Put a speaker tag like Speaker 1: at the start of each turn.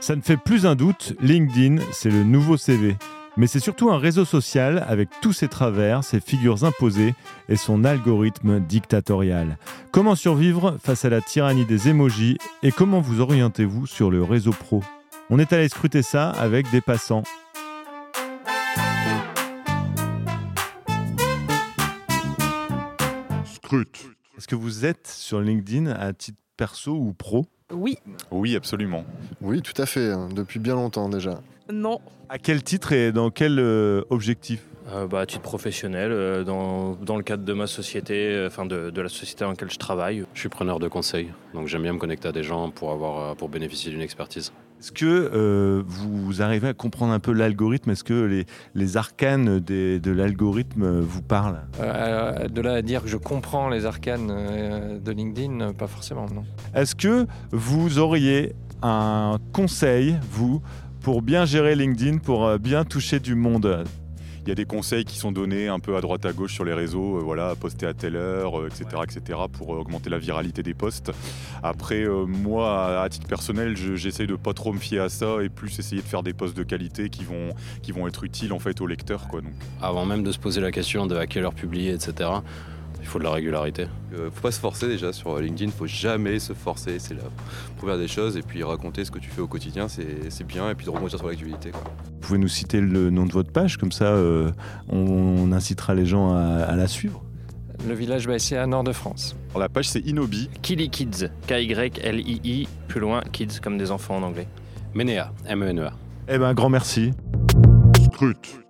Speaker 1: Ça ne fait plus un doute, LinkedIn, c'est le nouveau CV. Mais c'est surtout un réseau social avec tous ses travers, ses figures imposées et son algorithme dictatorial. Comment survivre face à la tyrannie des emojis et comment vous orientez-vous sur le réseau pro On est allé scruter ça avec des passants.
Speaker 2: Scrute.
Speaker 1: Est-ce que vous êtes sur LinkedIn à titre perso ou pro
Speaker 3: Oui,
Speaker 4: Oui, absolument.
Speaker 2: Oui, tout à fait, hein, depuis bien longtemps déjà.
Speaker 3: non,
Speaker 1: À quel titre et dans quel euh, objectif
Speaker 5: Euh, bah, à titre professionnel, euh, dans, dans le cadre de ma société, euh, enfin de, de la société dans laquelle je travaille.
Speaker 6: Je suis preneur de conseils, donc j'aime bien me connecter à des gens pour, avoir, euh, pour bénéficier d'une expertise.
Speaker 1: Est-ce que euh, vous arrivez à comprendre un peu l'algorithme Est-ce que les, les arcanes des- de l'algorithme euh, vous parlent
Speaker 7: Euh, de là à dire que je comprends les arcanes euh, de LinkedIn, euh, pas forcément, non.
Speaker 1: Est-ce que vous auriez un conseil, vous, pour bien gérer LinkedIn, pour euh, bien toucher du monde
Speaker 4: Il y a des conseils qui sont donnés un peu à droite à gauche sur les réseaux, euh, voilà, poster à telle heure, euh, etc., etc., pour euh, augmenter la viralité des posts. Après, euh, moi, à, à titre personnel, je- j'essaie de pas trop me fier à ça et plus essayer de faire des posts de qualité qui vont, qui vont être utiles en fait au lecteur, quoi. Donc,
Speaker 6: Avant même de se poser la question de à quelle heure publier, etc., il faut de la régularité.
Speaker 8: Euh, faut pas se forcer déjà sur euh, LinkedIn, faut jamais se forcer, c'est la première des choses. Et puis raconter ce que tu fais au quotidien, c'est c'est bien, et puis de rebondir sur l'actualité. quoi.
Speaker 1: Vous pouvez nous citer le nom de votre page, comme ça euh, on, on incitera les gens à, à la suivre.
Speaker 7: Le village à nord de France.
Speaker 4: alors, la page c'est Inobi.
Speaker 5: Kili Kids, K-Y-L-I-I, plus loin, kids comme des enfants en anglais.
Speaker 6: E Menea, M-E-N-E-A.
Speaker 1: Eh ben, grand merci.
Speaker 2: Scrute.